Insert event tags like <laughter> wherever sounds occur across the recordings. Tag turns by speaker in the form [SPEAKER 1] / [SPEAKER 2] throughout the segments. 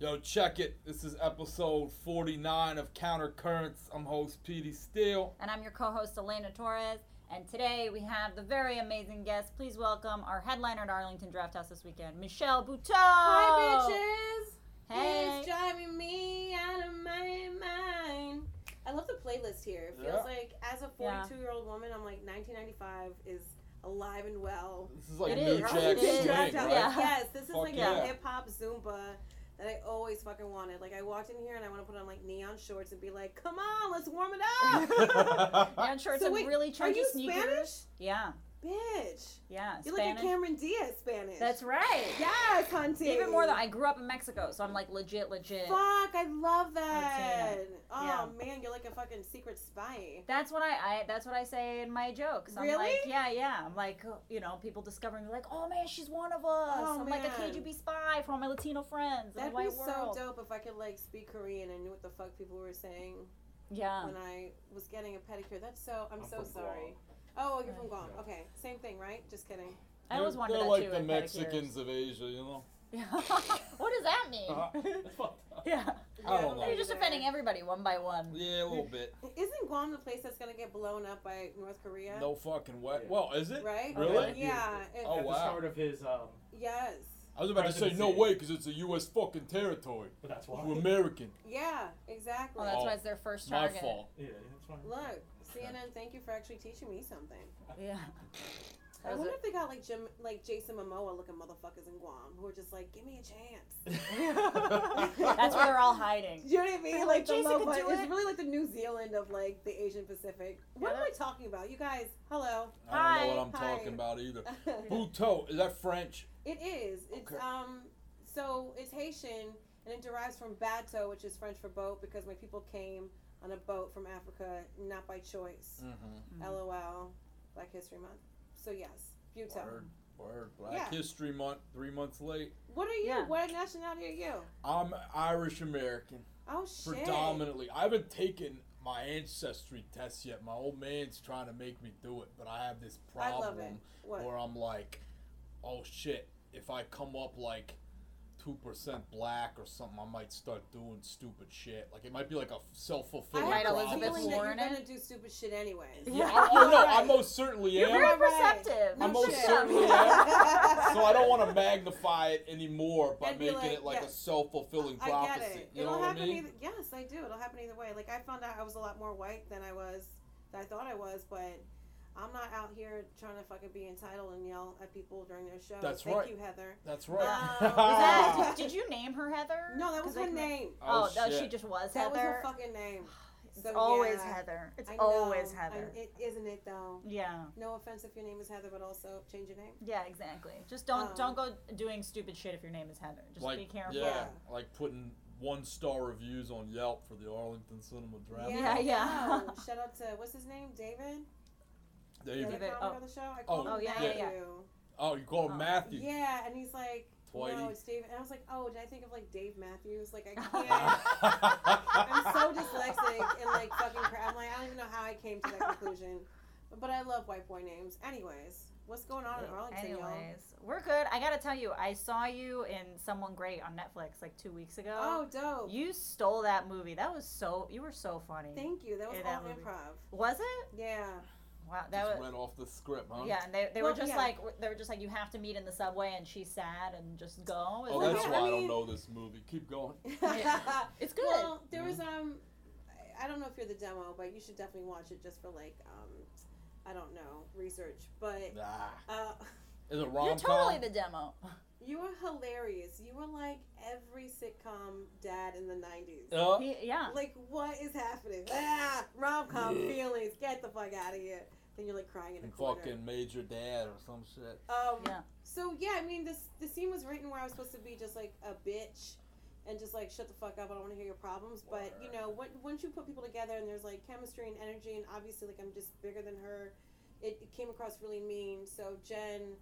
[SPEAKER 1] Yo, check it. This is episode 49 of Counter Currents. I'm host Petey Steele.
[SPEAKER 2] And I'm your co host, Elena Torres. And today we have the very amazing guest. Please welcome our headliner at Arlington Draft House this weekend, Michelle Buteau.
[SPEAKER 3] Hi, bitches.
[SPEAKER 2] Oh. Hey.
[SPEAKER 3] It's driving me out of my mind. I love the playlist here. It feels
[SPEAKER 1] Yeah.
[SPEAKER 3] like, as a 42 year old woman, I'm like, 1995 is alive and well.
[SPEAKER 1] This is like
[SPEAKER 2] It
[SPEAKER 1] New
[SPEAKER 2] is.
[SPEAKER 1] Jack
[SPEAKER 2] It
[SPEAKER 1] Swing,
[SPEAKER 2] is.
[SPEAKER 1] right?
[SPEAKER 2] Jack-
[SPEAKER 3] Yeah.
[SPEAKER 2] <laughs> yeah.
[SPEAKER 3] Yes, this is
[SPEAKER 1] Fuck
[SPEAKER 3] like
[SPEAKER 1] yeah.
[SPEAKER 3] the hip hop Zumba that I always fucking wanted. Like, I walked in here and I want to put on like neon shorts and be like, come on, let's warm it up.
[SPEAKER 1] <laughs>
[SPEAKER 2] Yeah, I'm sure it's
[SPEAKER 3] So
[SPEAKER 2] a
[SPEAKER 3] wait,
[SPEAKER 2] really
[SPEAKER 3] Are
[SPEAKER 2] chunky
[SPEAKER 3] you
[SPEAKER 2] sneaker.
[SPEAKER 3] Spanish?
[SPEAKER 2] Yeah,
[SPEAKER 3] Bitch.
[SPEAKER 2] yeah.
[SPEAKER 3] You're like
[SPEAKER 2] Spanish.
[SPEAKER 3] a Cameron Diaz Spanish.
[SPEAKER 2] That's right.
[SPEAKER 3] Yes, hunting.
[SPEAKER 2] Even more though, I grew up in Mexico, so I'm like legit, legit.
[SPEAKER 3] Fuck, I love that.
[SPEAKER 2] Montana.
[SPEAKER 3] Oh man, you're like a fucking secret spy.
[SPEAKER 2] That's what I, I that's what I say in my jokes. I'm
[SPEAKER 3] Really?
[SPEAKER 2] like, yeah, yeah. I'm like, you know, people discovering me like, oh man, she's one of us.
[SPEAKER 3] Oh,
[SPEAKER 2] I'm like a
[SPEAKER 3] man.
[SPEAKER 2] KGB spy for all my Latino friends in the
[SPEAKER 3] That'd be
[SPEAKER 2] white
[SPEAKER 3] so
[SPEAKER 2] world.
[SPEAKER 3] dope if I could like speak Korean and knew what the fuck people were saying
[SPEAKER 2] Yeah.
[SPEAKER 3] when I was getting a pedicure. That's so. I'm,
[SPEAKER 1] I'm
[SPEAKER 3] so
[SPEAKER 1] from
[SPEAKER 4] <laughs>
[SPEAKER 3] sorry. Oh, you're from Guam.
[SPEAKER 1] Yeah. Oh,
[SPEAKER 3] Okay, same thing, right? Just kidding.
[SPEAKER 2] I always wanted
[SPEAKER 1] They're
[SPEAKER 2] that
[SPEAKER 1] like
[SPEAKER 2] too.
[SPEAKER 1] the
[SPEAKER 2] in pedicures.
[SPEAKER 1] Mexicans of Asia, you know?
[SPEAKER 2] <laughs> what does that mean?
[SPEAKER 1] Uh, that's fucked up.
[SPEAKER 2] <laughs> yeah.
[SPEAKER 1] I don't know.
[SPEAKER 2] You're just offending everybody one by one.
[SPEAKER 1] yeah, a little bit.
[SPEAKER 3] everyone. Isn't Guam the place that's gonna get blown up by North Korea?
[SPEAKER 1] No fucking way.
[SPEAKER 4] Yeah.
[SPEAKER 1] Well, is it?
[SPEAKER 3] Right?
[SPEAKER 1] Really?
[SPEAKER 3] Yeah. it-
[SPEAKER 1] Oh,
[SPEAKER 4] at
[SPEAKER 1] wow.
[SPEAKER 4] the start of his, um,
[SPEAKER 3] Yes.
[SPEAKER 1] I was about to say, no
[SPEAKER 4] Presidency.
[SPEAKER 1] way, because it's a U.S. fucking territory.
[SPEAKER 4] but that's why.
[SPEAKER 1] We're American.
[SPEAKER 3] Yeah. Exactly.
[SPEAKER 2] Well, that's
[SPEAKER 1] Oh,
[SPEAKER 2] why it's their first
[SPEAKER 1] My
[SPEAKER 2] target.
[SPEAKER 1] fault.
[SPEAKER 4] yeah, that's why.
[SPEAKER 3] Look, CNN. Thank you for actually teaching me something.
[SPEAKER 2] Yeah.
[SPEAKER 3] I
[SPEAKER 2] That was
[SPEAKER 3] wonder
[SPEAKER 2] it.
[SPEAKER 3] if they got like Jim, like Jason Momoa looking motherfuckers in Guam who are just like, give me a chance.
[SPEAKER 2] <laughs> That's where they're all
[SPEAKER 3] <laughs>
[SPEAKER 2] hiding.
[SPEAKER 3] Do <laughs> you know what I mean? Like the
[SPEAKER 2] Jason
[SPEAKER 3] low
[SPEAKER 2] could
[SPEAKER 3] budget.
[SPEAKER 2] do it.
[SPEAKER 3] It's really like the New Zealand of like the Asian Pacific. What am
[SPEAKER 2] Yeah.
[SPEAKER 3] I talking about? You guys, hello. <laughs>
[SPEAKER 1] I don't know what I'm
[SPEAKER 3] Hi.
[SPEAKER 1] talking about either.
[SPEAKER 3] it
[SPEAKER 1] Buteau, is that French?
[SPEAKER 3] is. It's
[SPEAKER 1] Okay.
[SPEAKER 3] um, so it's Haitian and it derives from bateau, which is French for boat, because my people came on a boat from Africa, not by choice.
[SPEAKER 1] Mm-hmm.
[SPEAKER 3] LOL, Black History Month. So yes, Buteau.
[SPEAKER 1] Word, word. Black
[SPEAKER 3] Yeah.
[SPEAKER 1] History Month, three months late.
[SPEAKER 3] What are you?
[SPEAKER 2] Yeah.
[SPEAKER 3] What nationality are you?
[SPEAKER 1] I'm Irish American.
[SPEAKER 3] Oh shit.
[SPEAKER 1] predominantly. I haven't taken my ancestry test yet. My old man's trying to make me do it, but I have this
[SPEAKER 3] I
[SPEAKER 1] problem
[SPEAKER 3] love it. What?
[SPEAKER 1] where I'm like, oh shit, if I come up like two percent black or something, I might start doing stupid shit. Like it might be like a self
[SPEAKER 3] I
[SPEAKER 1] fulfilling.
[SPEAKER 3] have
[SPEAKER 2] Right,
[SPEAKER 3] a
[SPEAKER 2] Elizabeth
[SPEAKER 3] feeling that
[SPEAKER 2] Warren
[SPEAKER 3] You're
[SPEAKER 2] it?
[SPEAKER 3] gonna do stupid shit anyway.
[SPEAKER 2] Yeah.
[SPEAKER 1] Oh, oh, no, I
[SPEAKER 3] <laughs> Alright.
[SPEAKER 1] most certainly
[SPEAKER 2] You're
[SPEAKER 1] am.
[SPEAKER 2] very
[SPEAKER 3] You're right.
[SPEAKER 2] perceptive.
[SPEAKER 3] No
[SPEAKER 1] I most
[SPEAKER 3] shit.
[SPEAKER 1] certainly
[SPEAKER 3] <laughs>
[SPEAKER 1] am. so I don't want to magnify it anymore by
[SPEAKER 3] And be
[SPEAKER 1] making
[SPEAKER 3] like,
[SPEAKER 1] it like
[SPEAKER 3] yeah.
[SPEAKER 1] a self fulfilling
[SPEAKER 3] I get
[SPEAKER 1] prophecy.
[SPEAKER 3] it.
[SPEAKER 1] You
[SPEAKER 3] It'll
[SPEAKER 1] know what
[SPEAKER 3] happen
[SPEAKER 1] I mean?
[SPEAKER 3] either. Yes, I do. It'll happen either way. Like I found out I was a lot more white than I was than I thought I was, but I'm not out here trying to fucking be entitled and yell at people during their show.
[SPEAKER 1] That's
[SPEAKER 3] Thank
[SPEAKER 1] right.
[SPEAKER 3] you, Heather.
[SPEAKER 1] That's
[SPEAKER 3] Um,
[SPEAKER 1] right. <laughs>
[SPEAKER 3] was
[SPEAKER 2] That- did you name her Heather?
[SPEAKER 3] No, that was
[SPEAKER 2] 'Cause I
[SPEAKER 3] her
[SPEAKER 2] can-
[SPEAKER 3] name.
[SPEAKER 2] Oh, no,
[SPEAKER 1] Ah. shit.
[SPEAKER 2] she just was
[SPEAKER 3] That was her
[SPEAKER 2] Heather.
[SPEAKER 3] fucking name.
[SPEAKER 2] It's
[SPEAKER 3] so,
[SPEAKER 2] always
[SPEAKER 3] yeah.
[SPEAKER 2] Heather. It's
[SPEAKER 3] I know.
[SPEAKER 2] always
[SPEAKER 3] I-
[SPEAKER 2] Heather.
[SPEAKER 3] it isn't it though.
[SPEAKER 2] yeah.
[SPEAKER 3] No offense if your name is Heather, but also change your name.
[SPEAKER 2] Yeah, exactly. Just don't
[SPEAKER 3] Um,
[SPEAKER 2] don't go doing stupid shit if your name is Heather. Just
[SPEAKER 1] like,
[SPEAKER 2] be careful.
[SPEAKER 1] Yeah,
[SPEAKER 3] Yeah.
[SPEAKER 1] like putting one star reviews on Yelp for the Arlington Cinema Draft.
[SPEAKER 2] Yeah,
[SPEAKER 3] I
[SPEAKER 2] yeah.
[SPEAKER 3] know. Shout out to what's his name, David.
[SPEAKER 1] David.
[SPEAKER 3] The
[SPEAKER 2] David,
[SPEAKER 3] other
[SPEAKER 2] oh.
[SPEAKER 3] comic on the show. I called
[SPEAKER 1] Oh,
[SPEAKER 3] him
[SPEAKER 2] yeah,
[SPEAKER 1] yeah,
[SPEAKER 3] Matthew.
[SPEAKER 1] Oh, you call him
[SPEAKER 2] Oh.
[SPEAKER 1] Matthew. <laughs>
[SPEAKER 3] Yeah, and he's like, no,
[SPEAKER 1] Whitey.
[SPEAKER 3] it's Dave. And I was like, oh, did I think of like Dave Matthews? Like,
[SPEAKER 1] <laughs>
[SPEAKER 3] I can't. I'm so dyslexic and like fucking crap. I'm like, I don't even know how I came to
[SPEAKER 1] <laughs>
[SPEAKER 3] that conclusion. But I love white boy names. Anyways, what's going on in
[SPEAKER 1] Yeah.
[SPEAKER 3] Arlington, y'all?
[SPEAKER 2] Anyways, we're good. I gotta tell you, I saw you in Someone Great on Netflix like two weeks ago.
[SPEAKER 3] Oh, dope.
[SPEAKER 2] You stole that movie. That was so. You were so funny.
[SPEAKER 3] Thank you. That was
[SPEAKER 2] Yeah, that
[SPEAKER 3] all
[SPEAKER 2] movie.
[SPEAKER 3] improv.
[SPEAKER 2] was it?
[SPEAKER 3] Yeah.
[SPEAKER 2] Wow, that
[SPEAKER 1] Just
[SPEAKER 2] was.
[SPEAKER 1] read off the script, huh?
[SPEAKER 2] Yeah, and they, they
[SPEAKER 3] Well,
[SPEAKER 2] were just
[SPEAKER 3] yeah.
[SPEAKER 2] like they were just like you have to meet in the subway, and she's sad, and just go. It
[SPEAKER 1] Oh,
[SPEAKER 2] was
[SPEAKER 1] that's
[SPEAKER 2] like-
[SPEAKER 3] Yeah,
[SPEAKER 1] why
[SPEAKER 3] I
[SPEAKER 1] I, don't
[SPEAKER 3] mean-
[SPEAKER 1] know this movie. Keep going.
[SPEAKER 3] <laughs>
[SPEAKER 2] Yeah. It's good.
[SPEAKER 3] Well, there was um, I- I don't know if you're the demo, but you should definitely watch it just for like um, I don't know research. But
[SPEAKER 1] Ah.
[SPEAKER 3] uh, <laughs>
[SPEAKER 1] Is it
[SPEAKER 2] You're
[SPEAKER 1] rom
[SPEAKER 2] totally
[SPEAKER 1] com?
[SPEAKER 2] the demo.
[SPEAKER 3] you were hilarious. You were like every sitcom dad in the '90s.
[SPEAKER 1] Uh,
[SPEAKER 2] He- yeah.
[SPEAKER 3] Like what is happening? Ah, rom com feelings. Get the fuck out of here. Then you're like crying in a
[SPEAKER 1] and
[SPEAKER 3] corner.
[SPEAKER 1] fucking Major Dad or some shit.
[SPEAKER 3] Um,
[SPEAKER 2] Yeah.
[SPEAKER 3] So yeah, I mean, this the scene was written where I was supposed to be just like a bitch, and just like shut the fuck up. I don't want to hear your problems. But you know, when, once you put people together and there's like chemistry and energy, and obviously like I'm just bigger than her, it, it came across really mean. So Jen,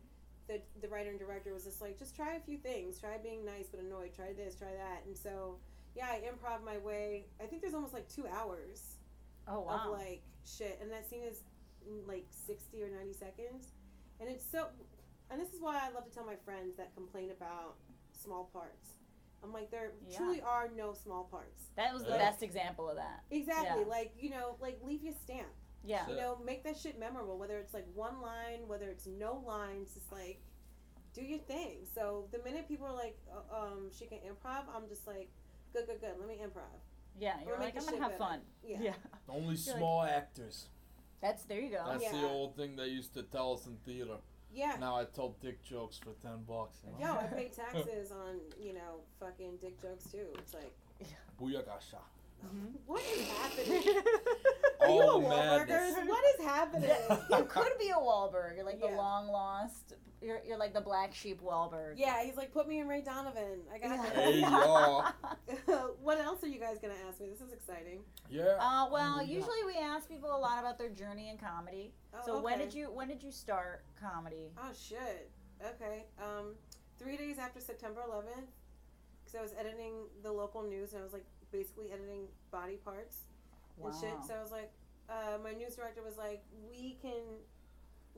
[SPEAKER 3] the the writer and director, was just like, just try a few things. Try being nice but annoyed. Try this. Try that. And so yeah, I improv my way. I think there's almost like two hours
[SPEAKER 2] Oh wow.
[SPEAKER 3] of like shit. And that scene is mm, like 60 or 90 seconds. And it's so, and this is why I love to tell my friends that complain about small parts. I'm like, there
[SPEAKER 2] Yeah.
[SPEAKER 3] truly are no small parts.
[SPEAKER 2] That was the
[SPEAKER 1] Yeah.
[SPEAKER 2] best example of that.
[SPEAKER 3] Exactly.
[SPEAKER 2] Yeah.
[SPEAKER 3] Like, you know, like leave your stamp.
[SPEAKER 2] Yeah.
[SPEAKER 1] So-
[SPEAKER 3] You know, make that shit memorable, whether it's like one line, whether it's no lines, just like do your thing. So the minute people are like, uh, um, she can improv, I'm just like, good, good, good, let me improv.
[SPEAKER 2] Yeah. You're like,
[SPEAKER 3] make the
[SPEAKER 2] I'm going
[SPEAKER 3] shit
[SPEAKER 2] to have
[SPEAKER 3] better.
[SPEAKER 2] fun.
[SPEAKER 3] Yeah.
[SPEAKER 1] Only
[SPEAKER 2] You're like- Oh,
[SPEAKER 1] small actors.
[SPEAKER 2] That's, there you go.
[SPEAKER 1] That's
[SPEAKER 3] Yeah.
[SPEAKER 1] the old thing they used to tell us in theater.
[SPEAKER 3] Yeah.
[SPEAKER 1] Now I tell dick jokes for ten bucks. You
[SPEAKER 3] Yo,
[SPEAKER 1] know?
[SPEAKER 3] I
[SPEAKER 2] <laughs>
[SPEAKER 3] pay taxes on, you know, fucking dick jokes too. It's like,
[SPEAKER 1] Booyagasha.
[SPEAKER 2] Mhm.
[SPEAKER 3] what is
[SPEAKER 2] <laughs>
[SPEAKER 3] happening? Are you
[SPEAKER 1] All
[SPEAKER 3] a Wahlburgers?
[SPEAKER 1] madness.
[SPEAKER 3] What is happening?
[SPEAKER 2] you
[SPEAKER 1] <laughs>
[SPEAKER 2] could be a Wahlberg. You're like the
[SPEAKER 3] Yeah.
[SPEAKER 2] long lost. You're, you're like the black sheep Wahlberg.
[SPEAKER 3] yeah, he's like, put me in Ray Donovan. I got
[SPEAKER 2] Yeah.
[SPEAKER 1] Hey, y'all.
[SPEAKER 3] it. <laughs> what else are you guys gonna ask me? This is exciting.
[SPEAKER 1] Yeah.
[SPEAKER 2] <laughs> Uh, well,
[SPEAKER 1] Oh, yeah.
[SPEAKER 2] usually we ask people a lot about their journey in comedy.
[SPEAKER 3] Oh,
[SPEAKER 2] so when
[SPEAKER 3] okay.
[SPEAKER 2] did you when did you start comedy?
[SPEAKER 3] Oh shit. Okay. Um, three days after September 11th, because I was editing the local news and I was like basically editing body parts and shit. So I was like, uh, my news director was like, we can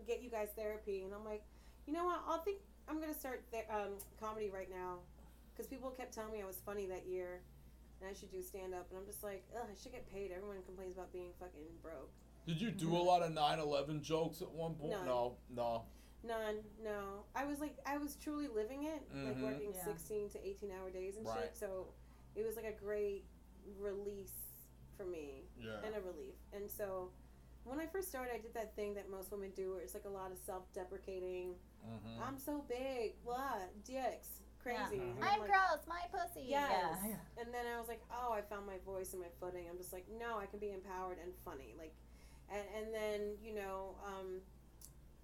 [SPEAKER 3] get you guys therapy, and I'm like, you know what? I'll think I'm gonna start th- um, comedy right now, because people kept telling me I was funny that year, and I should do stand up, and I'm just like, ugh, I should get paid. Everyone complains about being fucking broke.
[SPEAKER 1] Did you do a lot of 9/11 jokes at one point?
[SPEAKER 3] None.
[SPEAKER 1] No, no.
[SPEAKER 3] None, no. I was like, I was truly living it, like
[SPEAKER 1] Mhm.
[SPEAKER 3] working
[SPEAKER 2] Yeah.
[SPEAKER 3] 16 to 18 hour days and
[SPEAKER 1] Right.
[SPEAKER 3] shit. So it was like a great release for me
[SPEAKER 1] Yeah.
[SPEAKER 3] and a relief. And so when I first started, I did that thing that most women do where it's like a lot of self deprecating.
[SPEAKER 1] Mm-hmm.
[SPEAKER 3] I'm so big, blah, dicks, crazy.
[SPEAKER 2] Yeah.
[SPEAKER 3] And
[SPEAKER 2] I'm
[SPEAKER 3] like,
[SPEAKER 2] gross. My pussy.
[SPEAKER 3] Yes.
[SPEAKER 2] Yeah.
[SPEAKER 3] And then I was like, oh, I found my voice and my footing. I'm just like, no, I can be empowered and funny. Like, and, and then, you know, um,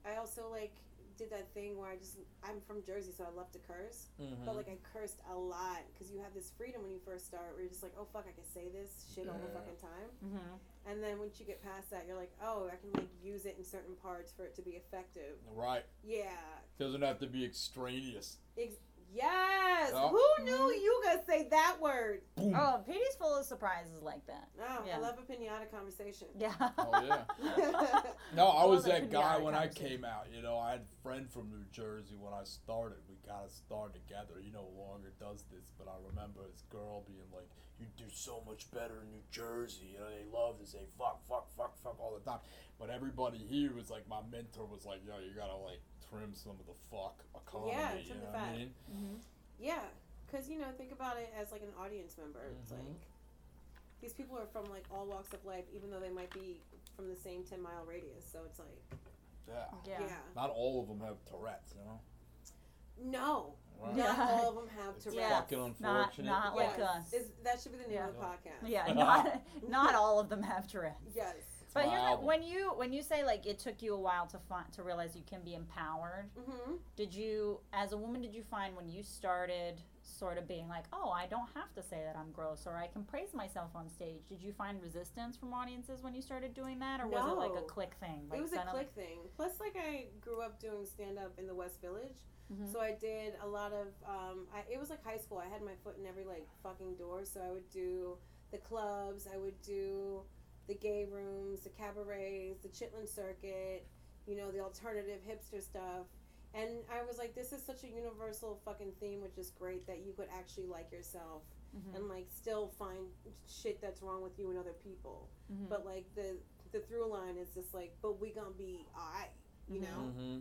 [SPEAKER 3] I also like did that thing where I just, I'm from Jersey, so I love to curse.
[SPEAKER 1] hmm
[SPEAKER 3] But like I cursed a lot because you have this freedom when you first start where you're just like, oh, fuck, I can say this shit all the
[SPEAKER 1] Yeah.
[SPEAKER 3] fucking time.
[SPEAKER 2] hmm
[SPEAKER 3] And then once you get past that, you're like, oh, I can like use it in certain parts for it to be effective.
[SPEAKER 1] Mm-hmm. Right.
[SPEAKER 3] Yeah.
[SPEAKER 1] Doesn't have to be extraneous.
[SPEAKER 3] Ex- yes.
[SPEAKER 1] Oh.
[SPEAKER 3] Who knew you going to say that word?
[SPEAKER 1] Boom.
[SPEAKER 2] Oh, Petey's full of surprises like that.
[SPEAKER 3] Oh,
[SPEAKER 2] Yeah.
[SPEAKER 3] I love a pinata conversation.
[SPEAKER 2] <laughs> Yeah.
[SPEAKER 1] Oh, yeah. No,
[SPEAKER 2] <laughs> Well,
[SPEAKER 1] I was
[SPEAKER 2] there
[SPEAKER 1] that
[SPEAKER 2] could be other
[SPEAKER 1] guy when I
[SPEAKER 2] conversations.
[SPEAKER 1] came out. You know, I had a friend from New Jersey when I started. We got to start together. He no longer does this, but I remember this girl being like, "You do so much better in New Jersey." You know, they love to say "fuck, fuck, fuck, fuck" all the time. But everybody here was like, my mentor was like, "Yo, you gotta like trim some of the fuck economy."
[SPEAKER 3] Yeah,
[SPEAKER 1] you
[SPEAKER 3] trim
[SPEAKER 1] know
[SPEAKER 3] the
[SPEAKER 1] what I
[SPEAKER 3] fat.
[SPEAKER 1] mean?
[SPEAKER 2] Mm-hmm.
[SPEAKER 3] Yeah, because you know, think about it as like an audience member. It's
[SPEAKER 2] Mm-hmm.
[SPEAKER 1] Mhm.
[SPEAKER 3] like these people are from like all walks of life, even though they might be from the same ten mile radius. So it's like,
[SPEAKER 1] Yeah.
[SPEAKER 2] Yeah.
[SPEAKER 3] yeah,
[SPEAKER 1] Not all of them have Tourette's, you know.
[SPEAKER 3] no,
[SPEAKER 1] Right.
[SPEAKER 3] not
[SPEAKER 2] Yeah.
[SPEAKER 3] all of them have
[SPEAKER 1] It's
[SPEAKER 3] Tourette's.
[SPEAKER 2] Yeah.
[SPEAKER 1] fucking
[SPEAKER 2] Not
[SPEAKER 1] unfortunate.
[SPEAKER 2] not like
[SPEAKER 3] Yes.
[SPEAKER 2] us.
[SPEAKER 3] Is- that should be the name of the
[SPEAKER 1] Yeah. <laughs>
[SPEAKER 3] podcast.
[SPEAKER 2] yeah. Not not all of them have Tourette's.
[SPEAKER 3] Yes.
[SPEAKER 1] It's
[SPEAKER 2] But
[SPEAKER 1] my
[SPEAKER 2] here's my,
[SPEAKER 1] album.
[SPEAKER 2] when you when you say like it took you a while to find to realize you can be empowered.
[SPEAKER 3] hmm
[SPEAKER 2] Did you as a woman did you find when you started sort of being like oh I don't have to say that I'm gross or I can praise myself on stage? Did you find resistance from audiences when you started doing that or was it like a
[SPEAKER 3] No.
[SPEAKER 2] click thing? Like
[SPEAKER 3] it was a
[SPEAKER 2] suddenly-
[SPEAKER 3] click thing. Plus, like I grew up doing stand up in the West Village,
[SPEAKER 2] Mhm.
[SPEAKER 3] so I did a lot of. Um, I, it was like high school. I had my foot in every like fucking door. So I would do the clubs. I would do the gay rooms, the cabarets, the Chitlin circuit. You know, the alternative hipster stuff. And I was like, this is such a universal fucking theme, which is great that you could actually like yourself
[SPEAKER 2] Mhm.
[SPEAKER 3] and like still find shit that's wrong with you and other people.
[SPEAKER 2] Mhm.
[SPEAKER 3] But like the the through line is just like, but we gonna be alright, you
[SPEAKER 2] Mhm.
[SPEAKER 3] know?
[SPEAKER 1] Mm-hmm.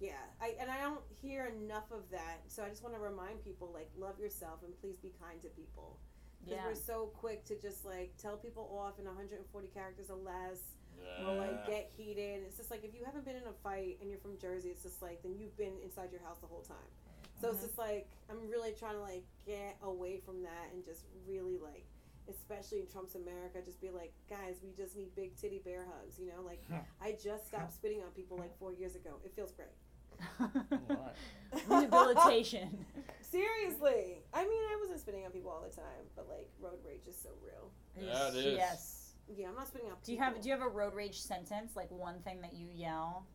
[SPEAKER 3] Yeah. I and I don't hear enough of that, so I just want to remind people like love yourself and please be kind to people because
[SPEAKER 2] yeah.
[SPEAKER 3] we're so quick to just like tell people off in 140 characters or less
[SPEAKER 1] Yeah.
[SPEAKER 3] or
[SPEAKER 2] Uh.
[SPEAKER 3] like get heated. It's just like if you haven't been in a fight and you're from Jersey, it's just like then you've been inside your house the whole time. So it's
[SPEAKER 2] Mhm.
[SPEAKER 3] just like I'm really trying to like get away from that and just really like, especially in Trump's America, just be like, guys, we just need big titty bear hugs. You
[SPEAKER 2] <laughs>
[SPEAKER 3] know, like I just stopped spitting on people like four years ago. It feels great.
[SPEAKER 1] All Mm-hmm.
[SPEAKER 3] <laughs>
[SPEAKER 1] right.
[SPEAKER 2] <laughs> Rehabilitation.
[SPEAKER 3] Seriously, I mean, I wasn't spitting on people all the time, but like road rage is so real.
[SPEAKER 1] <laughs> Yeah, it is.
[SPEAKER 2] Yes.
[SPEAKER 3] Yeah, I'm not spitting on.
[SPEAKER 2] Do you have do you have a road rage sentence like one thing that you yell?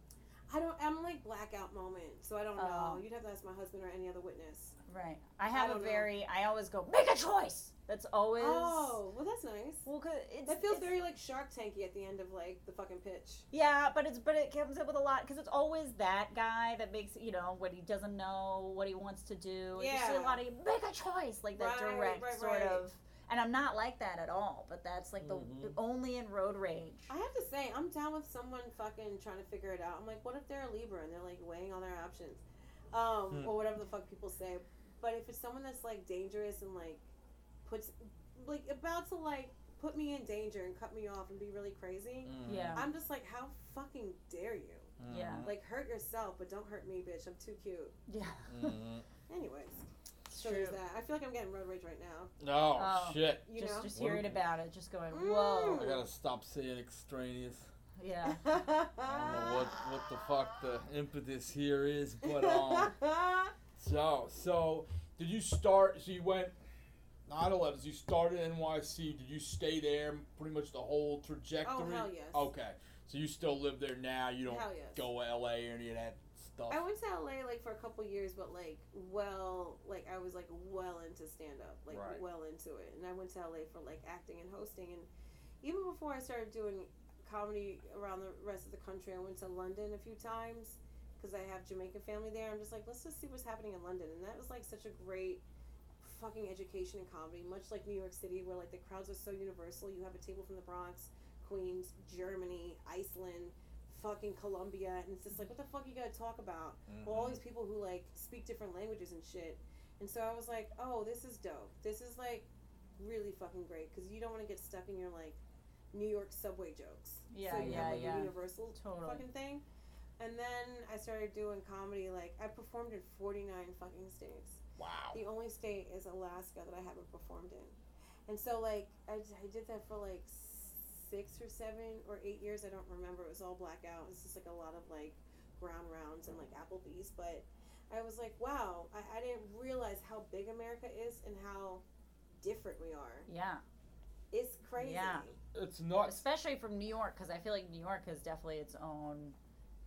[SPEAKER 3] I don't. I'm like blackout moment, so I don't
[SPEAKER 2] Oh.
[SPEAKER 3] know. You'd have to ask my husband or any other witness.
[SPEAKER 2] Right. I
[SPEAKER 3] I
[SPEAKER 2] have a
[SPEAKER 3] don't know.
[SPEAKER 2] very I always go make a choice. That's always.
[SPEAKER 3] Oh, well, that's nice.
[SPEAKER 2] Well, 'cause it's,
[SPEAKER 3] That feels
[SPEAKER 2] it's-
[SPEAKER 3] very like Shark Tanky at the end of like the fucking pitch.
[SPEAKER 2] Yeah, but it's but it comes up with a lot because it's always that guy that makes you know what he doesn't know, what he wants to do. Yeah. You see a
[SPEAKER 3] Yeah.
[SPEAKER 2] lot of make a choice like that
[SPEAKER 3] Right,
[SPEAKER 2] direct
[SPEAKER 3] right,
[SPEAKER 2] sort
[SPEAKER 3] right.
[SPEAKER 2] of. And I'm not like that at all, but that's like the
[SPEAKER 1] Mhm.
[SPEAKER 2] only in road rage. <laughs>
[SPEAKER 3] I have to say, I'm down with someone fucking trying to figure it out. I'm like, what if they're a Libra and they're like weighing all their options, um,
[SPEAKER 1] Hmm.
[SPEAKER 3] or whatever the fuck people say. But if it's someone that's like dangerous and like puts, like about to like put me in danger and cut me off and be really crazy,
[SPEAKER 1] Mm-hmm.
[SPEAKER 2] Yeah.
[SPEAKER 3] I'm just like, how fucking dare you?
[SPEAKER 2] Yeah.
[SPEAKER 3] Like hurt yourself, but don't hurt me, bitch. I'm too cute.
[SPEAKER 2] Yeah,
[SPEAKER 1] Mhm.
[SPEAKER 3] Anyways,
[SPEAKER 2] it's
[SPEAKER 3] so
[SPEAKER 2] true.
[SPEAKER 3] there's that. I feel like I'm getting road rage right now.
[SPEAKER 1] Oh,
[SPEAKER 2] Oh.
[SPEAKER 1] shit.
[SPEAKER 3] You
[SPEAKER 2] just
[SPEAKER 3] know. <laughs>
[SPEAKER 2] just
[SPEAKER 1] What a-
[SPEAKER 2] hearing about it, just going
[SPEAKER 3] Mm.
[SPEAKER 1] I
[SPEAKER 2] whoa.
[SPEAKER 1] gotta stop saying extraneous.
[SPEAKER 3] <laughs>
[SPEAKER 2] Yeah.
[SPEAKER 1] uh, I don't know what, what the fuck the impetus here is, but
[SPEAKER 3] <laughs>
[SPEAKER 1] um. so so did you start? So you went 9/11. So you started at NYC. Did you stay there pretty much the whole trajectory?
[SPEAKER 3] oh hell yes.
[SPEAKER 1] Okay. So you still live there now. You don't
[SPEAKER 3] Hell yes.
[SPEAKER 1] go to LA or any of that stuff.
[SPEAKER 3] I went to LA like for a couple years, but like well, like I was like well into stand up, like
[SPEAKER 1] Right.
[SPEAKER 3] well into it, and I went to LA for like acting and hosting, and even before I started doing comedy around the rest of the country, I went to London a few times because I have Jamaican family there. I'm just like, let's just see what's happening in London, and that was like such a great fucking education in comedy, much like New York City, where like the crowds are so universal. You have a table from the Bronx, Queens, Germany, Iceland. Fucking Colombia, and it's just like, what the fuck you gotta talk about?
[SPEAKER 1] Mm.
[SPEAKER 3] Well, all these people who like speak different languages and shit. And so I was like, oh, this is dope. This is like really fucking great because you don't want to get stuck in your like New York subway jokes.
[SPEAKER 2] Yeah,
[SPEAKER 3] so you
[SPEAKER 1] yeah,
[SPEAKER 3] have, like,
[SPEAKER 2] yeah.
[SPEAKER 3] A universal
[SPEAKER 2] Totally.
[SPEAKER 3] fucking thing. And then I started doing comedy. Like I performed in forty nine fucking states.
[SPEAKER 1] wow.
[SPEAKER 3] The only state is Alaska that I haven't performed in. And so, like, I, I did that for like six or seven or eight years. I don't remember. It was all blackout. It's just like a lot of like ground rounds and like Applebee's. But I was like, wow, I, I didn't realize how big America is and how different we are.
[SPEAKER 2] Yeah,
[SPEAKER 3] It's crazy.
[SPEAKER 2] Yeah.
[SPEAKER 1] It's nuts.
[SPEAKER 2] especially from New York because I feel like New York is definitely its own.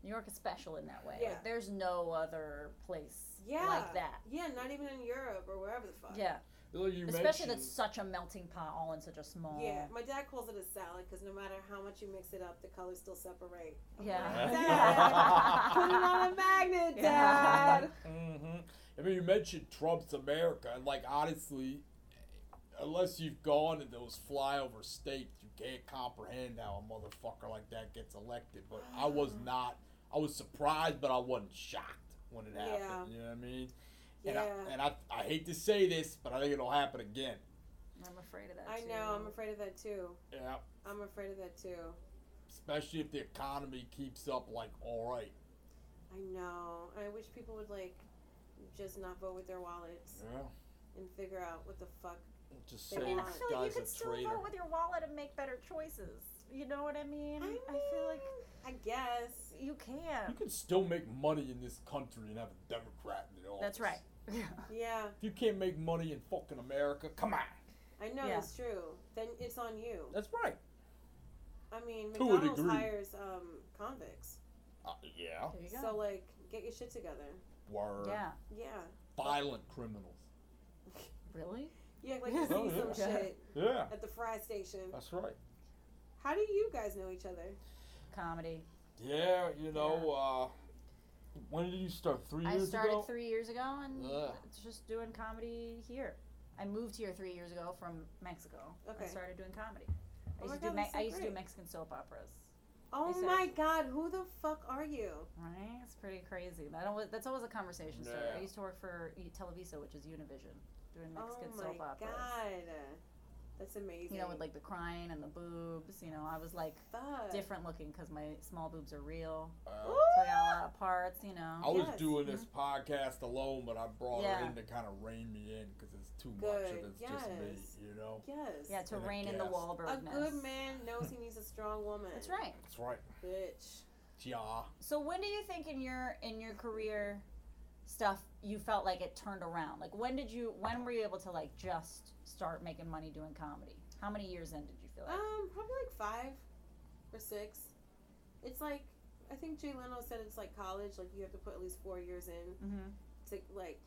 [SPEAKER 2] New York is special in that way.
[SPEAKER 3] Yeah.
[SPEAKER 2] Like, there's no other place
[SPEAKER 3] Yeah.
[SPEAKER 2] like that.
[SPEAKER 3] Yeah, not even in Europe or wherever the fuck.
[SPEAKER 2] Yeah,
[SPEAKER 1] You
[SPEAKER 2] especially
[SPEAKER 1] mentioned-
[SPEAKER 2] that's such a melting pot, all in such a small.
[SPEAKER 3] Yeah, my dad calls it a salad because no matter how much you mix it up, the colors still separate. I'm
[SPEAKER 2] <laughs> Yeah.
[SPEAKER 3] like, <laughs> "Dad, Put it on a <laughs> magnet,
[SPEAKER 2] Yeah.
[SPEAKER 3] Dad.
[SPEAKER 1] hmm I mean, you mentioned Trump's America, and like honestly, unless you've gone to those flyover states, you can't comprehend how a motherfucker like that gets elected. But I was
[SPEAKER 3] Uh-huh.
[SPEAKER 1] not. I was surprised, but I wasn't shocked when it happened.
[SPEAKER 3] Yeah.
[SPEAKER 1] You know what I mean? And,
[SPEAKER 3] Yeah,
[SPEAKER 1] I, and I, I hate to say this, but I think it'll happen again.
[SPEAKER 2] I'm afraid of that.
[SPEAKER 3] I
[SPEAKER 2] too.
[SPEAKER 3] know. I'm afraid of that too.
[SPEAKER 1] Yeah.
[SPEAKER 3] I'm afraid of that too.
[SPEAKER 1] Especially if the economy keeps up like all right.
[SPEAKER 3] I know. I wish people would like just not vote with their wallets
[SPEAKER 1] Yeah.
[SPEAKER 3] and figure out what the fuck.
[SPEAKER 1] Just
[SPEAKER 3] I
[SPEAKER 1] say
[SPEAKER 2] I mean, I
[SPEAKER 1] this
[SPEAKER 2] feel like you
[SPEAKER 1] guy's
[SPEAKER 2] could
[SPEAKER 1] a
[SPEAKER 2] still
[SPEAKER 1] traitor.
[SPEAKER 2] vote with your wallet and make better choices. You know what I mean? feel like
[SPEAKER 3] I guess.
[SPEAKER 2] you
[SPEAKER 1] You
[SPEAKER 2] can.
[SPEAKER 1] can still make money in this country and have a Democrat in the office.
[SPEAKER 2] That's right. <laughs>
[SPEAKER 3] Yeah,
[SPEAKER 1] If you can't make money in fucking America, come on.
[SPEAKER 3] I know
[SPEAKER 2] Yeah.
[SPEAKER 3] it's true. Then it's on you.
[SPEAKER 1] That's right.
[SPEAKER 3] I mean,
[SPEAKER 1] To a
[SPEAKER 3] McDonald's
[SPEAKER 1] degree.
[SPEAKER 3] hires um, convicts,
[SPEAKER 1] Uh, yeah.
[SPEAKER 2] There you go.
[SPEAKER 3] so like, get your shit together.
[SPEAKER 1] Were
[SPEAKER 2] yeah.
[SPEAKER 3] Yeah,
[SPEAKER 1] violent criminals.
[SPEAKER 2] Really?
[SPEAKER 3] yeah, <laughs> like you
[SPEAKER 1] Oh,
[SPEAKER 3] see some
[SPEAKER 2] yeah.
[SPEAKER 3] shit
[SPEAKER 1] Yeah.
[SPEAKER 3] at the fry station.
[SPEAKER 1] That's right.
[SPEAKER 3] How do you guys know each other?
[SPEAKER 2] Comedy.
[SPEAKER 1] Yeah, you know, uh, when did you start? Three
[SPEAKER 2] I
[SPEAKER 1] years
[SPEAKER 2] started
[SPEAKER 1] ago?
[SPEAKER 2] three years ago and
[SPEAKER 1] Ugh.
[SPEAKER 2] it's just doing comedy here. I moved here three years ago from Mexico. I
[SPEAKER 3] Okay.
[SPEAKER 2] started doing comedy. I
[SPEAKER 3] Oh
[SPEAKER 2] used,
[SPEAKER 3] my
[SPEAKER 2] to, do
[SPEAKER 3] God,
[SPEAKER 2] Me-
[SPEAKER 3] that's so
[SPEAKER 2] I used to do
[SPEAKER 3] great.
[SPEAKER 2] Mexican soap operas.
[SPEAKER 3] Oh
[SPEAKER 2] Research.
[SPEAKER 3] my God, who the fuck are you?
[SPEAKER 2] Right? It's pretty crazy. That always, that's always a conversation starter.
[SPEAKER 1] Yeah.
[SPEAKER 2] I used to work for E- Televisa, which is Univision, doing Mexican
[SPEAKER 3] oh my
[SPEAKER 2] soap
[SPEAKER 3] god,
[SPEAKER 2] operas.
[SPEAKER 3] that's amazing.
[SPEAKER 2] You know, with like the crying and the boobs. You know, I was like
[SPEAKER 3] Fuck.
[SPEAKER 2] different looking because my small boobs are real.
[SPEAKER 1] Uh,
[SPEAKER 3] Ooh.
[SPEAKER 2] So I got a lot of parts. You
[SPEAKER 1] I
[SPEAKER 2] know.
[SPEAKER 1] was
[SPEAKER 3] Yes.
[SPEAKER 1] doing this podcast alone, but I brought her
[SPEAKER 2] Mm-hmm. Yeah.
[SPEAKER 1] in to kind of rein me in because it's too much
[SPEAKER 3] Good,
[SPEAKER 1] if it's just
[SPEAKER 3] yes.
[SPEAKER 1] me, you know?
[SPEAKER 3] Yes.
[SPEAKER 2] Yeah, to
[SPEAKER 1] And a
[SPEAKER 2] rein in the
[SPEAKER 1] guest.
[SPEAKER 3] a
[SPEAKER 2] Wahlbergness.
[SPEAKER 3] good man knows he needs a strong woman.
[SPEAKER 2] That's right.
[SPEAKER 1] That's right.
[SPEAKER 3] Bitch.
[SPEAKER 1] Yeah.
[SPEAKER 2] So when do you think in your in your career stuff you felt like it turned around? Like when did you when were you able to like just start making money doing comedy? How many years in did you feel like?
[SPEAKER 3] Um, probably like five or six. It's like I think Jay Leno said it's like college. Like you have to put at least four years in
[SPEAKER 2] Mm-hmm.
[SPEAKER 3] to like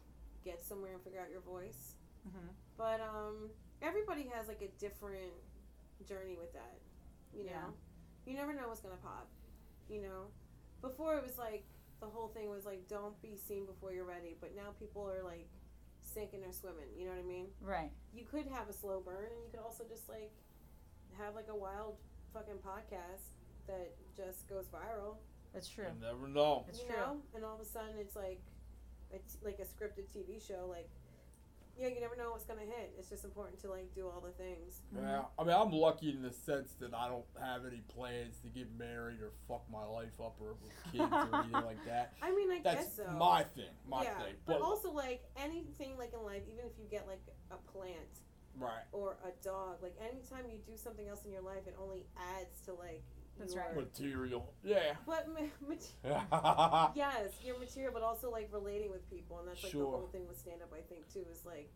[SPEAKER 3] get somewhere and figure out your voice.
[SPEAKER 2] Mhm.
[SPEAKER 3] But um, everybody has like a different journey with that. You know,
[SPEAKER 2] Yeah.
[SPEAKER 3] you never know what's gonna pop. You know, before it was like the whole thing was like don't be seen before you're ready, but now people are like sinking or swimming. You know what I mean?
[SPEAKER 2] Right.
[SPEAKER 3] You could have a slow burn, and you could also just like have like a wild fucking podcast that just goes viral.
[SPEAKER 2] That's true.
[SPEAKER 1] You never know.
[SPEAKER 2] It's
[SPEAKER 3] you
[SPEAKER 2] true.
[SPEAKER 3] know, and all of a sudden it's like, it's like a scripted TV show. Like, yeah, you never know what's gonna hit. It's just important to like do all the things.
[SPEAKER 1] Yeah, I mean, I'm lucky in the sense that I don't have any plans to get married or fuck my life up or with kids
[SPEAKER 3] <laughs>
[SPEAKER 1] or anything like that.
[SPEAKER 3] I mean, I guess
[SPEAKER 1] That's
[SPEAKER 3] so.
[SPEAKER 1] my thing, my
[SPEAKER 3] yeah,
[SPEAKER 1] thing.
[SPEAKER 3] but
[SPEAKER 1] But,
[SPEAKER 3] also like anything like in life, even if you get like a plant
[SPEAKER 1] right,
[SPEAKER 3] or a dog, like anytime you do something else in your life, it only adds to like.
[SPEAKER 2] That's
[SPEAKER 3] your,
[SPEAKER 2] right.
[SPEAKER 1] material, yeah. <laughs> Oh,
[SPEAKER 3] But ma- mate- yes, your material, but also like relating with people, and that's like the
[SPEAKER 1] Sure.
[SPEAKER 3] whole thing with stand up. I think too is like,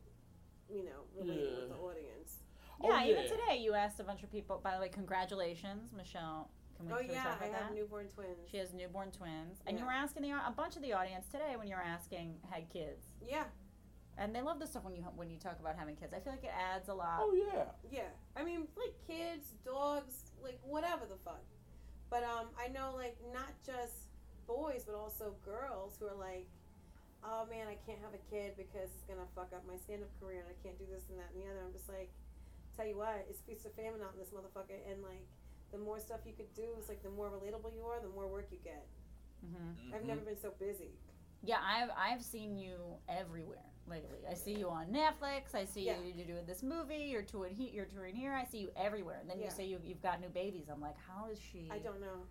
[SPEAKER 3] you know, relating
[SPEAKER 1] Yeah.
[SPEAKER 3] with the audience.
[SPEAKER 1] Oh,
[SPEAKER 2] yeah, even
[SPEAKER 1] yeah.
[SPEAKER 2] today you asked a bunch of people. By the way, congratulations, Michelle. Can we,
[SPEAKER 3] Oh
[SPEAKER 2] can we
[SPEAKER 3] yeah,
[SPEAKER 2] talk
[SPEAKER 3] I
[SPEAKER 2] about
[SPEAKER 3] have
[SPEAKER 2] that?
[SPEAKER 3] newborn twins.
[SPEAKER 2] she has newborn twins, and you
[SPEAKER 3] Yeah.
[SPEAKER 2] were asking the au- a bunch of the audience today when you were asking had kids,
[SPEAKER 3] Yeah,
[SPEAKER 2] and they love the stuff when you when you talk about having kids. I feel like it adds a lot.
[SPEAKER 1] oh yeah.
[SPEAKER 3] yeah. I mean, like kids, dogs, like whatever the fuck. But um, I know like not just boys, but also girls who are like, oh man, I can't have a kid because it's gonna fuck up my stand-up career, and I can't do this and that and the other. I'm just like, tell you what, it's feast or famine out in this motherfucker, and like. The more stuff you could do is like the more relatable you are, the more work you get.
[SPEAKER 2] hmm
[SPEAKER 1] Mm-hmm.
[SPEAKER 3] I've never been so busy.
[SPEAKER 2] Yeah, I've I've seen you everywhere lately. I see you on Netflix. I see
[SPEAKER 3] Yeah.
[SPEAKER 2] you you doing this movie. You're touring here. You're touring here. I see you everywhere. And then
[SPEAKER 3] Yeah.
[SPEAKER 2] you say you you've got new babies. I'm like, how is she?
[SPEAKER 3] I don't know.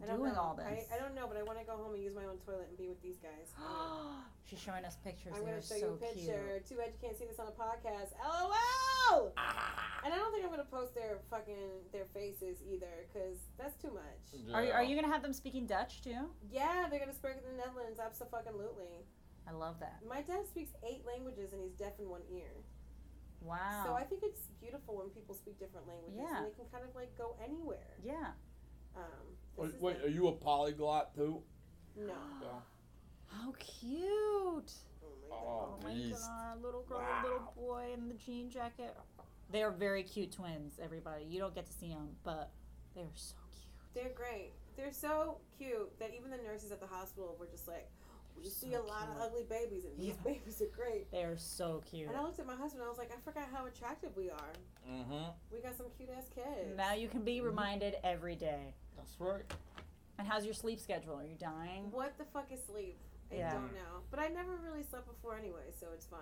[SPEAKER 3] I don't
[SPEAKER 2] Doing
[SPEAKER 3] know.
[SPEAKER 2] all
[SPEAKER 3] I,
[SPEAKER 2] this.
[SPEAKER 3] I don't know, but I want to go home and use my own toilet and be with
[SPEAKER 2] <gasps>
[SPEAKER 3] these guys. <gasps> Um,
[SPEAKER 2] <gasps> She's showing us pictures.
[SPEAKER 3] I'm
[SPEAKER 2] They
[SPEAKER 3] gonna
[SPEAKER 2] are
[SPEAKER 3] show
[SPEAKER 2] so
[SPEAKER 3] you
[SPEAKER 2] cute.
[SPEAKER 3] a picture. Too bad you can't see this on a podcast. LOL.
[SPEAKER 1] Ah.
[SPEAKER 3] And I don't think I'm gonna post their fucking their faces either, cause that's too
[SPEAKER 1] Hmm.
[SPEAKER 3] much.
[SPEAKER 2] Are you, are you gonna have them speaking Dutch too?
[SPEAKER 3] Yeah, they're gonna speak in the Netherlands. Absolutely.
[SPEAKER 2] I love that.
[SPEAKER 3] My dad speaks eight languages and he's deaf in one ear.
[SPEAKER 2] Wow.
[SPEAKER 3] So I think it's beautiful when people speak different languages
[SPEAKER 2] Yeah.
[SPEAKER 3] and they can kind of like go anywhere.
[SPEAKER 2] yeah.
[SPEAKER 3] Um,
[SPEAKER 1] Wait,
[SPEAKER 3] this is Uh-huh.
[SPEAKER 1] wait,
[SPEAKER 3] like-
[SPEAKER 1] are you a polyglot too?
[SPEAKER 3] <gasps> no.
[SPEAKER 1] Yeah.
[SPEAKER 2] How cute!
[SPEAKER 3] Oh my god.
[SPEAKER 1] Oh, beast.
[SPEAKER 2] little girl,
[SPEAKER 1] Wow.
[SPEAKER 2] little boy in the jean jacket. They are very cute twins. Everybody, you don't get to see them, but they are so cute.
[SPEAKER 3] They're great. They're so cute that even the nurses at the hospital were just like, we
[SPEAKER 2] So
[SPEAKER 3] see a lot
[SPEAKER 2] cute.
[SPEAKER 3] of ugly babies and these
[SPEAKER 2] Yeah.
[SPEAKER 3] babies are great.
[SPEAKER 2] They are so cute.
[SPEAKER 3] And I looked at my husband. I was like, I forgot how attractive we are.
[SPEAKER 1] Mm-hmm.
[SPEAKER 3] We got some cute ass kids.
[SPEAKER 2] Now you can be reminded every day.
[SPEAKER 1] That's right.
[SPEAKER 2] And how's your sleep schedule? Are you dying?
[SPEAKER 3] what the fuck is sleep? I
[SPEAKER 2] Yeah.
[SPEAKER 3] don't know. But I never really slept before anyway, so it's fine.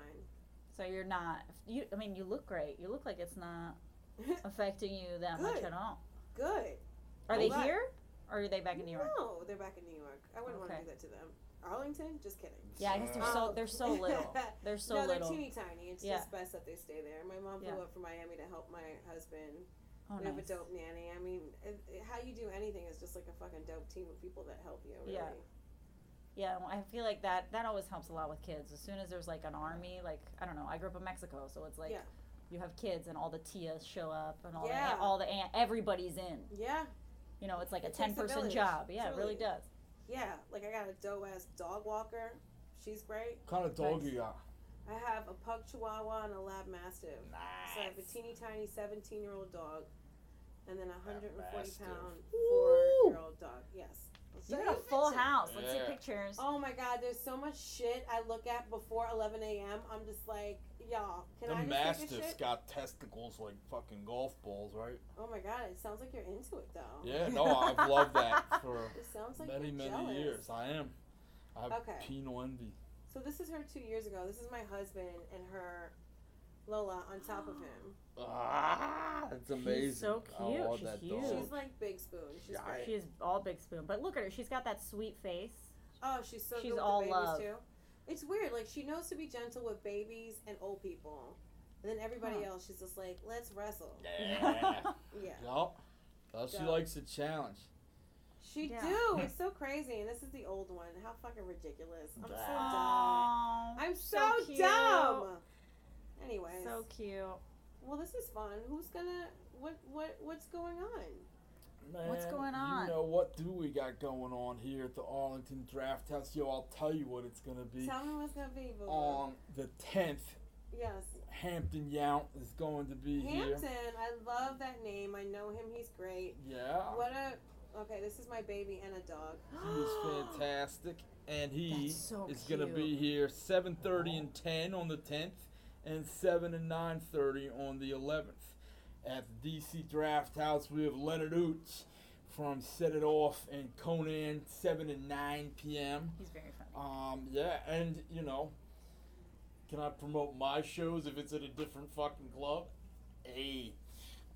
[SPEAKER 2] So you're not. You, I mean, you look great. You look like it's
[SPEAKER 3] <laughs>
[SPEAKER 2] not affecting you that much
[SPEAKER 3] Good.
[SPEAKER 2] at all.
[SPEAKER 3] Good.
[SPEAKER 2] Are
[SPEAKER 1] Well,
[SPEAKER 2] they
[SPEAKER 3] that-
[SPEAKER 2] here? Or are they back in New York?
[SPEAKER 3] No, they're back in New York. I wouldn't want
[SPEAKER 2] Okay.
[SPEAKER 3] to do that to them. Arlington? Just kidding.
[SPEAKER 2] Yeah, I guess they're so
[SPEAKER 3] Um,
[SPEAKER 2] they're
[SPEAKER 3] <laughs>
[SPEAKER 2] so little. They're so
[SPEAKER 3] no, they're
[SPEAKER 2] little.
[SPEAKER 3] teeny tiny. It's
[SPEAKER 2] Yeah.
[SPEAKER 3] just best that they stay there. My mom flew
[SPEAKER 2] Yeah.
[SPEAKER 3] up from Miami to help my husband
[SPEAKER 2] Oh,
[SPEAKER 3] we have
[SPEAKER 2] nice.
[SPEAKER 3] a dope nanny. I mean, it, it- how you do anything is just like a fucking dope team of people that help you. Really.
[SPEAKER 2] Yeah. Yeah, well, I feel like that that always helps a lot with kids. As soon as there's like an army, like I don't know, I grew up in Mexico, so it's like
[SPEAKER 3] Yeah.
[SPEAKER 2] you have kids and all the tias show up and all
[SPEAKER 3] Yeah.
[SPEAKER 2] the all the aunt, everybody's in.
[SPEAKER 3] Yeah.
[SPEAKER 2] You know, it's like a
[SPEAKER 3] It takes a
[SPEAKER 2] ten person
[SPEAKER 3] village,
[SPEAKER 2] job. Yeah, it really
[SPEAKER 3] truly.
[SPEAKER 2] does.
[SPEAKER 3] Yeah. Like I got a dope ass dog walker. She's great.
[SPEAKER 1] What kind of dog you got?
[SPEAKER 3] I have a pug chihuahua and a lab mastiff. So I have a
[SPEAKER 1] Nice.
[SPEAKER 3] teeny tiny 17 year old dog and then a 140
[SPEAKER 1] mastiff.
[SPEAKER 3] pound
[SPEAKER 2] Woo!
[SPEAKER 3] 4 year old dog. Yes.
[SPEAKER 2] You
[SPEAKER 3] So
[SPEAKER 2] got a full
[SPEAKER 3] picture.
[SPEAKER 2] house. Let's see
[SPEAKER 1] Yeah.
[SPEAKER 2] pictures.
[SPEAKER 3] Oh my god, there's so much shit I look at before 11 a.m. I'm just like, y'all, can
[SPEAKER 1] The
[SPEAKER 3] I just take a
[SPEAKER 1] mastiff's
[SPEAKER 3] shit?
[SPEAKER 1] got testicles like fucking golf balls, right?
[SPEAKER 3] Oh my god, it sounds like you're into it though.
[SPEAKER 1] Yeah, no, I've loved
[SPEAKER 3] <laughs>
[SPEAKER 1] that for
[SPEAKER 3] It sounds like
[SPEAKER 1] many,
[SPEAKER 3] you're
[SPEAKER 1] many
[SPEAKER 3] jealous.
[SPEAKER 1] years. I am. I have
[SPEAKER 3] Okay.
[SPEAKER 1] penal envy.
[SPEAKER 3] So this is her two years ago. This is my husband and her Lola on
[SPEAKER 1] <gasps>
[SPEAKER 3] top of him.
[SPEAKER 1] Ah, it's amazing.
[SPEAKER 2] so
[SPEAKER 1] I
[SPEAKER 2] cute.
[SPEAKER 1] love
[SPEAKER 2] She's
[SPEAKER 1] that
[SPEAKER 2] huge.
[SPEAKER 1] dog.
[SPEAKER 3] She's like Big Spoon. She's
[SPEAKER 1] Yeah, I-
[SPEAKER 3] great.
[SPEAKER 2] She's all big spoon, but look at her. She's got that sweet face.
[SPEAKER 3] Oh, she's so
[SPEAKER 2] she's
[SPEAKER 3] good with
[SPEAKER 2] all
[SPEAKER 3] the babies
[SPEAKER 2] love.
[SPEAKER 3] too. It's weird. Like she knows to be gentle with babies and old people, and then everybody
[SPEAKER 2] Huh.
[SPEAKER 3] else she's just like, let's wrestle.
[SPEAKER 2] <laughs>
[SPEAKER 1] Yeah.
[SPEAKER 3] <laughs> Yeah,
[SPEAKER 1] Yup. Thus she
[SPEAKER 3] Yeah.
[SPEAKER 1] likes a challenge.
[SPEAKER 3] she
[SPEAKER 2] Yeah.
[SPEAKER 3] do. It's so crazy. And this is the old one. How fucking ridiculous. I'm so dumb.
[SPEAKER 2] Aw,
[SPEAKER 3] I'm so, dumb. Anyways,
[SPEAKER 2] So cute.
[SPEAKER 3] well, this is fun. Who's gonna? What? What? What's going on?
[SPEAKER 2] What's
[SPEAKER 1] Man,
[SPEAKER 2] going on?
[SPEAKER 1] You know what do we got going on here at the Arlington Draft House? Yo, I'll tell you what it's gonna be
[SPEAKER 3] Tell me what's gonna be. boo-boo.
[SPEAKER 1] on the tenth
[SPEAKER 3] Yes.
[SPEAKER 1] Hampton Yount is going to be
[SPEAKER 3] Hampton, I love that name. I know him. He's great.
[SPEAKER 1] here. Yeah.
[SPEAKER 3] What a. Okay, this is my baby and a dog.
[SPEAKER 1] He's
[SPEAKER 3] <gasps>
[SPEAKER 2] <gasps>
[SPEAKER 1] fantastic, and he
[SPEAKER 2] That's so
[SPEAKER 1] is gonna be here 7:30 and 10 on the 10th, and 7 and 9:30 on the 11th. At the DC Draft House, we have Leonard Oots from Set It Off and Conan 7 and 9 p.m.
[SPEAKER 2] He's very funny.
[SPEAKER 1] Um, yeah, and you know, can I promote my shows if it's at a different fucking club? Hey,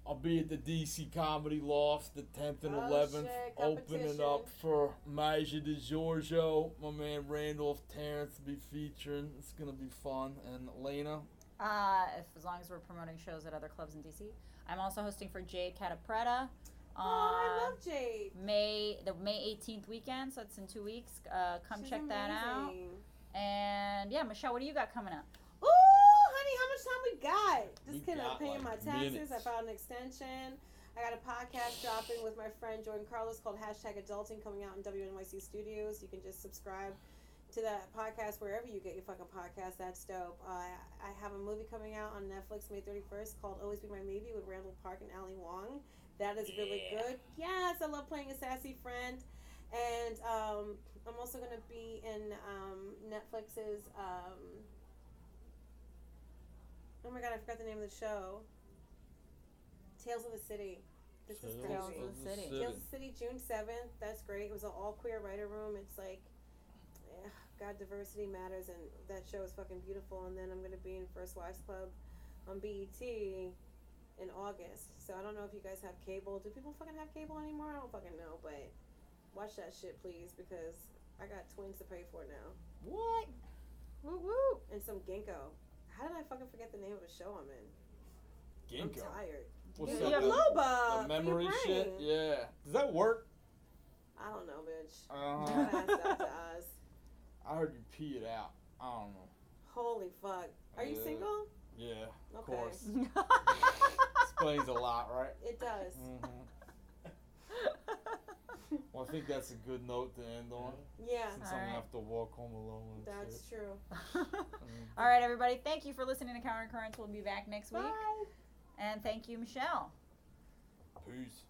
[SPEAKER 1] I'll be at the DC Comedy Loft the 10th and
[SPEAKER 3] Oh,
[SPEAKER 1] 11th,
[SPEAKER 3] shit,
[SPEAKER 1] opening
[SPEAKER 3] competition.
[SPEAKER 1] up for Major DiGiorgio. My man Randolph Terrence will be featuring. It's gonna be fun. And Lena,
[SPEAKER 2] Uh, if, as long as we're promoting shows at other clubs in DC, I'm also hosting for Jade Catapretta.
[SPEAKER 3] Oh,
[SPEAKER 2] on
[SPEAKER 3] I love Jade.
[SPEAKER 2] May the May 18th weekend, so it's in two weeks. Uh, come
[SPEAKER 3] She's
[SPEAKER 2] check that out.
[SPEAKER 3] amazing.
[SPEAKER 2] And yeah, Michelle, what do you got coming up?
[SPEAKER 3] Ooh, honey, how much time we got?
[SPEAKER 1] We
[SPEAKER 3] Just kidding. I'm
[SPEAKER 1] got,
[SPEAKER 3] paying my
[SPEAKER 1] like,
[SPEAKER 3] taxes. I
[SPEAKER 1] minutes.
[SPEAKER 3] filed an extension. I got a podcast dropping with my friend Jordan Carlos called Hashtag Adulting coming out in WNYC Studios. You can just subscribe to that podcast wherever you get your fucking podcast. That's dope. Uh, I have a movie coming out on Netflix May 31st called Always Be My Maybe with Randall Park and Ali Wong. That is really
[SPEAKER 2] Yeah.
[SPEAKER 3] good. Yes, I love playing a sassy friend. And um, I'm also going to be in um, Netflix's. Um, oh my God, I forgot the name of the show Tales of the City. This is
[SPEAKER 1] Tales
[SPEAKER 3] crazy.
[SPEAKER 2] Tales of the City.
[SPEAKER 3] Tales of the City, June seventh. That's great. It was an all queer writer room. It's like, eh, God, diversity matters, and that show is fucking beautiful. And then I'm gonna be in First Wives Club on BET in August. So I don't know if you guys have cable. Do people fucking have cable anymore? I don't fucking know. But watch that shit, please, because I got twins to pay for now
[SPEAKER 2] What? Woo woo.
[SPEAKER 3] and some ginkgo. How did I fucking forget the name of a show I'm in? I'm
[SPEAKER 1] Ginkgo.
[SPEAKER 3] tired.
[SPEAKER 1] What's
[SPEAKER 2] Yeah,
[SPEAKER 1] up?
[SPEAKER 2] yeah,
[SPEAKER 1] with
[SPEAKER 3] Loba.
[SPEAKER 1] the memory shit. Yeah. Does that work?
[SPEAKER 3] I don't know, bitch.
[SPEAKER 1] Uh,
[SPEAKER 3] <laughs> Pass that to us.
[SPEAKER 1] I heard you pee it out. I don't know.
[SPEAKER 3] Holy fuck. Are you
[SPEAKER 1] Yeah.
[SPEAKER 3] single?
[SPEAKER 1] Yeah, of
[SPEAKER 3] Okay.
[SPEAKER 1] course.
[SPEAKER 3] <laughs>
[SPEAKER 1] Explains a lot, right?
[SPEAKER 3] It does.
[SPEAKER 1] hmm Well, I think that's a good note to end on.
[SPEAKER 3] Yeah,
[SPEAKER 1] Since I'm
[SPEAKER 2] Alright.
[SPEAKER 1] gonna have to walk home alone. and
[SPEAKER 3] that's
[SPEAKER 1] shit. Mm-hmm.
[SPEAKER 3] true.
[SPEAKER 2] All right, everybody. Thank you for listening to Counter Currents. We'll be back next week.
[SPEAKER 3] Bye.
[SPEAKER 2] And thank you, Michelle.
[SPEAKER 1] Peace.